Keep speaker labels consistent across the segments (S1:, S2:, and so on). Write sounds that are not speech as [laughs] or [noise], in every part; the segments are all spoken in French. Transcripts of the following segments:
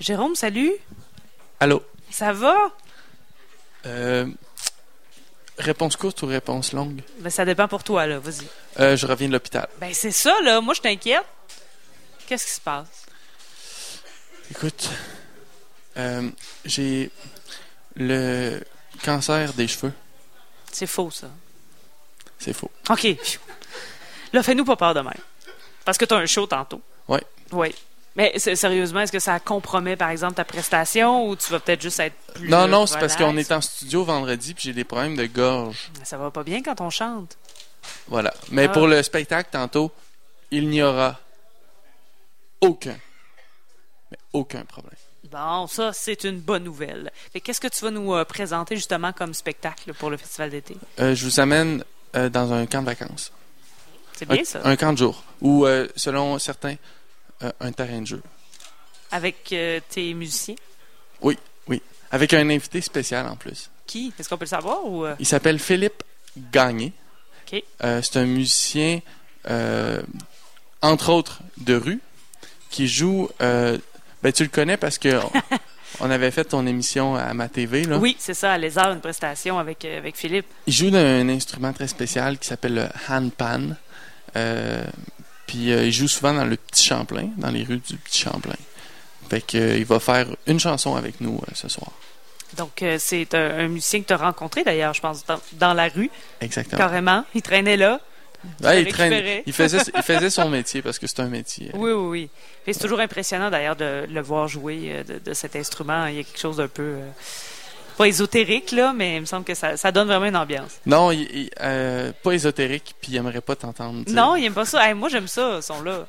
S1: Jérôme, salut.
S2: Allô?
S1: Ça va?
S2: Euh, réponse courte ou réponse longue?
S1: Ben, ça dépend pour toi, là. Vas-y.
S2: Euh, je reviens de l'hôpital.
S1: Ben, c'est ça, là. Moi, je t'inquiète. Qu'est-ce qui se passe?
S2: Écoute, euh, j'ai le cancer des cheveux.
S1: C'est faux, ça.
S2: C'est faux.
S1: OK. Là, fais-nous pas peur de même. Parce que t'as un show tantôt.
S2: Ouais.
S1: Oui. Mais s- sérieusement, est-ce que ça compromet, par exemple, ta prestation ou tu vas peut-être juste être plus.
S2: non, non, c'est parce
S1: relax?
S2: qu'on est en studio vendredi puis j'ai des problèmes de gorge.
S1: Ça va pas bien quand on chante.
S2: Voilà. Mais
S1: Ah.
S2: pour le spectacle tantôt, il n'y aura aucun, mais aucun problème.
S1: Bon, ça, c'est une bonne nouvelle. Fait qu'est-ce que tu vas nous euh, présenter, justement, comme spectacle pour le Festival d'été?
S2: Euh, je vous amène euh, dans un camp de vacances.
S1: C'est
S2: Un,
S1: bien, ça.
S2: un camp de jour. Ou, euh, selon certains, euh, un terrain de jeu.
S1: Avec euh, tes musiciens.
S2: Avec un invité spécial en plus.
S1: Qui? Est-ce qu'on peut le savoir ou. euh,
S2: Il s'appelle Philippe Gagné.
S1: OK.
S2: Euh, c'est un musicien, euh, entre autres, de rue, qui joue. euh, ben, tu le connais parce
S1: [laughs]
S2: que on- on avait fait ton émission à ma TV. Là.
S1: Oui, c'est ça, à Lézard, une prestation avec, euh, avec Philippe.
S2: Il joue d'un instrument très spécial qui s'appelle le handpan. Euh, puis euh, il joue souvent dans le Petit Champlain, dans les rues du Petit Champlain. Fait que, euh, il va faire une chanson avec nous euh, ce soir.
S1: Donc, euh, c'est un, un musicien que tu as rencontré, d'ailleurs, je pense, dans, dans la rue,
S2: Exactement.
S1: carrément. Il traînait là.
S2: Ouais, il,
S1: l'as
S2: traîne-
S1: récupéré.
S2: il faisait,
S1: [laughs]
S2: il faisait son métier parce que c'est un métier.
S1: Oui, oui, oui. Puis C'est toujours impressionnant, d'ailleurs, de le voir jouer euh, de, de cet instrument. Il y a quelque chose d'un peu. euh, pas ésotérique, là, mais il me semble que ça, ça donne vraiment une ambiance.
S2: Non, il, il- euh, pas ésotérique, puis il aimerait pas t'entendre. dire.
S1: Non, il aime pas ça. Hey, moi, j'aime ça, son là.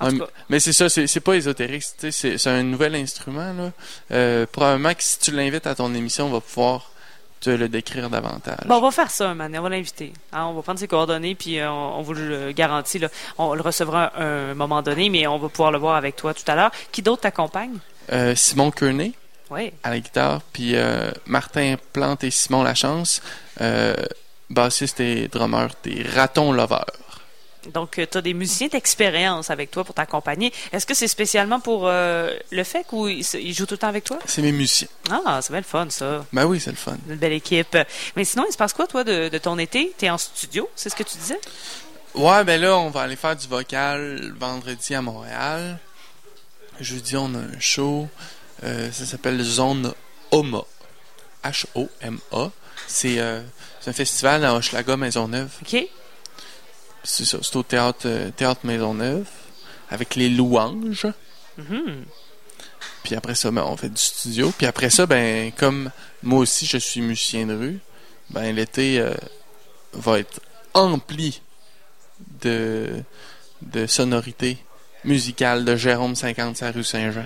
S1: En
S2: Ouais,
S1: tout cas,
S2: Mais c'est ça, c'est c'est pas ésotérique. tu sais, C'est c'est un nouvel instrument. Là. Euh, probablement que si tu l'invites à ton émission, on va pouvoir te le décrire davantage.
S1: Bon, on va faire ça, man. On va l'inviter. Hein, on va prendre ses coordonnées, puis euh, on, on vous le garantit. Là, on le recevra à un moment donné, mais on va pouvoir le voir avec toi tout à l'heure. Qui d'autre t'accompagne?
S2: Euh, Simon Kearney
S1: Oui.
S2: à la guitare, puis euh, Martin Plante et Simon Lachance, euh, bassiste et drummer des Ratons Lovers.
S1: Donc, tu as des musiciens d'expérience avec toi pour t'accompagner. Est-ce que c'est spécialement pour euh, le FEC ou ils, se- ils jouent tout le temps avec toi?
S2: C'est mes musiciens.
S1: Ah, c'est bien le fun, ça.
S2: Ben oui, c'est le fun.
S1: Une belle équipe. Mais sinon, il se passe quoi, toi, de, de ton été? T'es en studio, c'est ce que tu disais?
S2: Ouais, ben là, on va aller faire du vocal vendredi à Montréal. Jeudi, on a un show. Euh, ça s'appelle Zone Oma. H-O-M-A. C'est euh, c'est un festival à Hochelaga Maisonneuve.
S1: OK?
S2: C'est ça, c'est au théâtre, euh, théâtre Maisonneuve. Avec les louanges.
S1: Mhm.
S2: Puis après ça, ben, on fait du studio. Puis après ça, ben comme moi aussi, je suis musicien de rue, ben l'été euh, va être empli de, de sonorités musicales de Jérôme 50 à rue Saint-Jean.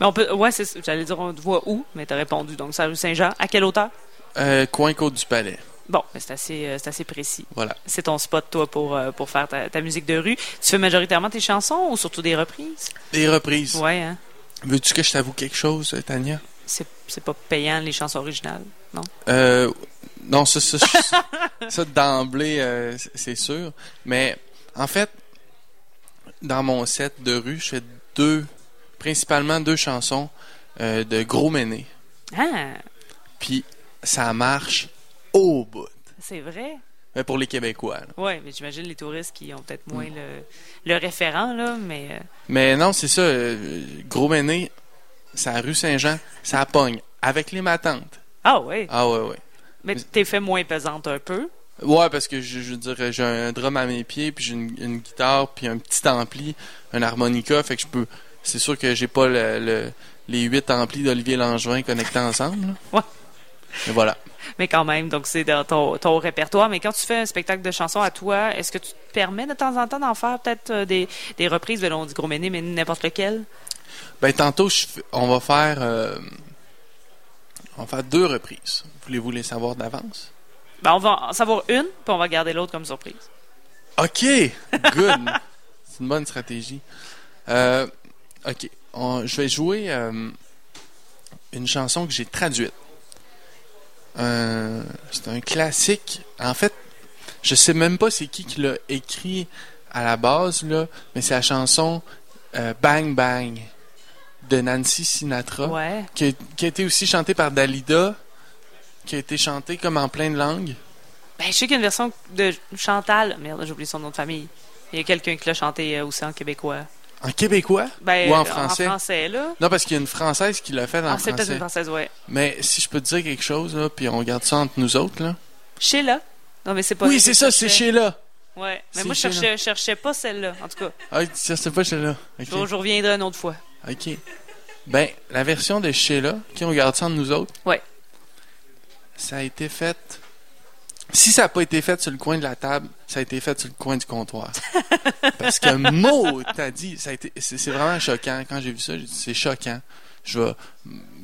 S1: Mais on peut. Ouais, c'est- j'allais dire, on te voit où, mais t'as répondu. Donc, ça rue Saint-Jean. À quelle hauteur?
S2: Euh, coin Côte du Palais.
S1: Bon, mais c'est assez, euh, c'est assez précis.
S2: Voilà.
S1: C'est ton spot, toi, pour, euh, pour faire ta, ta musique de rue. Tu fais majoritairement tes chansons ou surtout des reprises?
S2: Des reprises.
S1: Ouais, hein?
S2: Veux-tu que je t'avoue quelque chose, euh, Tania?
S1: C'est c'est pas payant, les chansons originales, non?
S2: Euh, non, ça, ça, je- ça, d'emblée, euh, c- c'est sûr. Mais en fait, dans mon set de rue, je fais deux, principalement deux chansons euh, de Gros Méné.
S1: Ah,
S2: Puis ça marche au bout.
S1: c'est vrai.
S2: Mais pour les Québécois. là.
S1: Ouais, mais j'imagine les touristes qui ont peut-être moins le, le référent, là, mais. euh,
S2: Mais non, c'est ça. euh, Gros Méné, c'est à rue Saint-Jean, ça pogne. Avec les matantes.
S1: Ah, ouais.
S2: Ah ouais, ouais.
S1: Mais t'es fait moins pesante un peu.
S2: Ouais, parce que je, je dirais, j'ai un drum à mes pieds, puis j'ai une, une guitare, puis un petit ampli, un harmonica, fait que je peux. C'est sûr que j'ai pas le, le- les huit amplis d'Olivier Langevin connectés ensemble. là.
S1: Ouais.
S2: Mais voilà.
S1: Mais quand même, donc c'est dans ton, ton répertoire. Mais quand tu fais un spectacle de chansons à toi, est-ce que tu te permets de temps en temps d'en faire peut-être euh, des, des reprises de l'on dit gros méné, mais n'importe lequel?
S2: Ben tantôt, je f- on va faire, euh, on va faire deux reprises. Voulez-vous les savoir d'avance?
S1: Ben, on va en savoir une, puis on va garder l'autre comme surprise.
S2: Ok,
S1: [laughs]
S2: good. C'est une bonne stratégie. Euh, ok, On- je vais jouer euh, une chanson que j'ai traduite. Un- c'est un classique. En fait, je sais même pas c'est qui qui l'a écrit à la base là, mais c'est la chanson euh, Bang Bang de Nancy Sinatra,
S1: Ouais.
S2: qui, a, qui a été aussi chantée par Dalida, qui a été chantée comme en plein de langues.
S1: Ben, je sais qu'il y a une version de Chantal. Merde, j'ai oublié son nom de famille. Il y a quelqu'un qui l'a chanté euh, aussi en québécois.
S2: En québécois
S1: Ben,
S2: ou
S1: euh,
S2: en français?
S1: En français, là.
S2: Non, parce qu'il y a une française qui l'a fait en
S1: Ah, c'est peut-être
S2: français.
S1: une française, ouais.
S2: Mais si je peux te dire quelque chose, là, puis on garde ça entre nous autres, là.
S1: Sheila. Non, mais c'est pas.
S2: oui, c'est ça, c'est
S1: chez
S2: Sheila.
S1: Ouais. Mais
S2: C'est
S1: moi, je
S2: Sheila.
S1: cherchais, je cherchais pas celle-là, en tout cas.
S2: Ah, ça, c'est pas Sheila. Ok.
S1: Je, je reviendrai une autre fois.
S2: OK. Ben, la version de Sheila, qui on garde ça entre nous autres.
S1: Ouais.
S2: Ça a été fait. Si ça n'a pas été fait sur le coin de la table, ça a été fait sur le coin
S1: [laughs]
S2: du comptoir. Parce que mot, t'as dit, ça a été, c'est, c'est vraiment choquant. Quand j'ai vu ça, j'ai dit, c'est choquant. Je vais,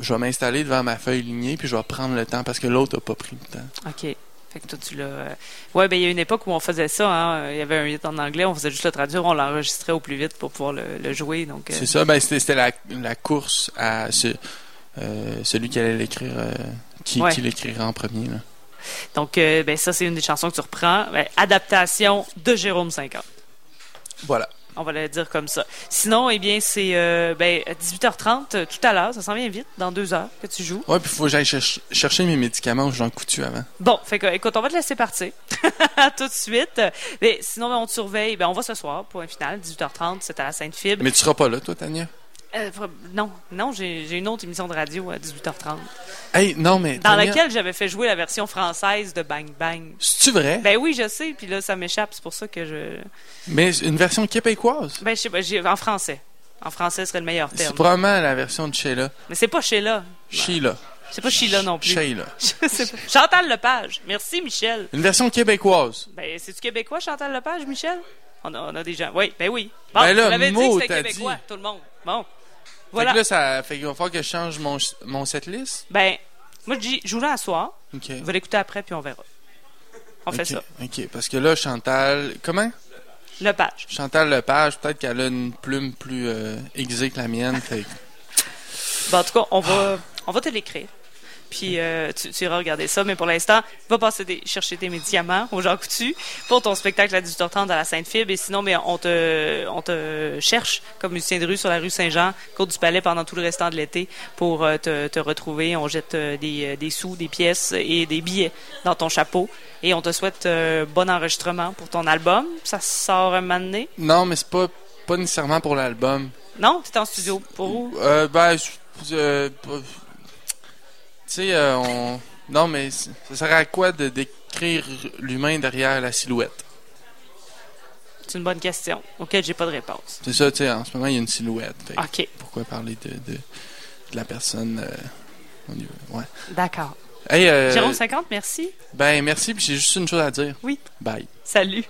S2: je vais m'installer devant ma feuille lignée, puis je vais prendre le temps parce que l'autre n'a pas pris le temps.
S1: OK. Fait que toi, tu l'as. euh, Ouais, ben, il y a une époque où on faisait ça, hein. Il y avait un hit en anglais, on faisait juste le traduire, on l'enregistrait au plus vite pour pouvoir le, le jouer. Donc, euh,
S2: C'est ça, ben, c'était, c'était la, la course à ce- euh, celui qui allait l'écrire, euh, qui,
S1: Ouais.
S2: qui l'écrira en premier. là.
S1: donc euh, ben, ça, c'est une des chansons que tu reprends. Ben, adaptation de Jérôme 50.
S2: Voilà.
S1: On va le dire comme ça. Sinon, eh bien, c'est euh, ben, à 18h30 euh, tout à l'heure. Ça s'en vient vite, dans deux heures que tu joues.
S2: Ouais, puis faut que j'aille cherch- chercher mes médicaments au Jean Coutu avant.
S1: Bon, fait que, écoute, on va te laisser partir [laughs] tout de suite. Mais sinon, ben, on te surveille. Ben, on va ce soir pour un final, 18h30. C'est à la Sainte-Fibre.
S2: Mais tu seras pas là, toi, Tania?
S1: Euh, pro- non, non, j'ai j'ai une autre émission de radio à 18h30
S2: Hey, non, mais.
S1: dans
S2: Tania,
S1: laquelle j'avais fait jouer la version française de Bang Bang.
S2: C'est-tu vrai?
S1: Ben oui, je sais, puis là, ça m'échappe. C'est pour ça que je.
S2: Mais une version québécoise.
S1: Ben, je sais pas, j'ai- en français. En français serait le meilleur
S2: C'est
S1: terme.
S2: probablement la version de Sheila.
S1: Mais c'est pas Sheila.
S2: Sheila.
S1: C'est pas Sheila non plus.
S2: Sheila.
S1: Je sais pas. Chantal Lepage. Merci, Michel.
S2: Une version québécoise.
S1: Ben, c'est-tu québécois, Chantal Lepage, Michel? On a, on a des gens. Oui, ben oui. Bon,
S2: Ben là,
S1: vous l'avez dit que
S2: mot,
S1: c'était
S2: t'as
S1: québécois,
S2: dit.
S1: tout le monde. Bon.
S2: Voilà.
S1: Voilà.
S2: Fait que là, ça fait qu'il va falloir que je change mon, mon setlist.
S1: Ben, moi, je dis, joue-la à soir.
S2: OK.
S1: On va l'écouter après, puis on verra. On fait
S2: OK,
S1: ça.
S2: OK. Parce que là, Chantal. Comment?
S1: Lepage.
S2: Chantal Lepage, peut-être qu'elle a une plume plus euh, aiguisée que la mienne. Fait que-
S1: Bon, Bah, en tout cas, on va, on va te l'écrire. Puis euh, tu, tu iras regarder ça. Mais pour l'instant, va passer des- chercher tes médicaments aux gens coutus pour ton spectacle à 18h30 à la Sainte-Fibre. Et sinon, mais on te, on te cherche comme musicien de rue sur la rue Saint-Jean, Côte du Palais, pendant tout le restant de l'été pour euh, te, te retrouver. On jette euh, des, euh, des sous, des pièces et des billets dans ton chapeau. Et on te souhaite euh, bon enregistrement pour ton album. Ça sort un moment donné.
S2: Non, mais c'est pas, pas nécessairement pour l'album.
S1: Non? T'es en studio. Pour où?
S2: Euh, ben, je- euh, pas- tu sais, euh, on. Non, mais c- ça sert à quoi de décrire l'humain derrière la silhouette?
S1: C'est une bonne question auquel j'ai pas de réponse.
S2: C'est ça, tu sais, en ce moment, il y a une silhouette. Fait que
S1: OK.
S2: Pourquoi parler de, de, de la personne? euh, au niveau- ouais.
S1: D'accord.
S2: Hey, euh,
S1: Jérôme 50, merci.
S2: ben, merci, puis j'ai juste une chose à dire.
S1: Oui.
S2: Bye.
S1: Salut.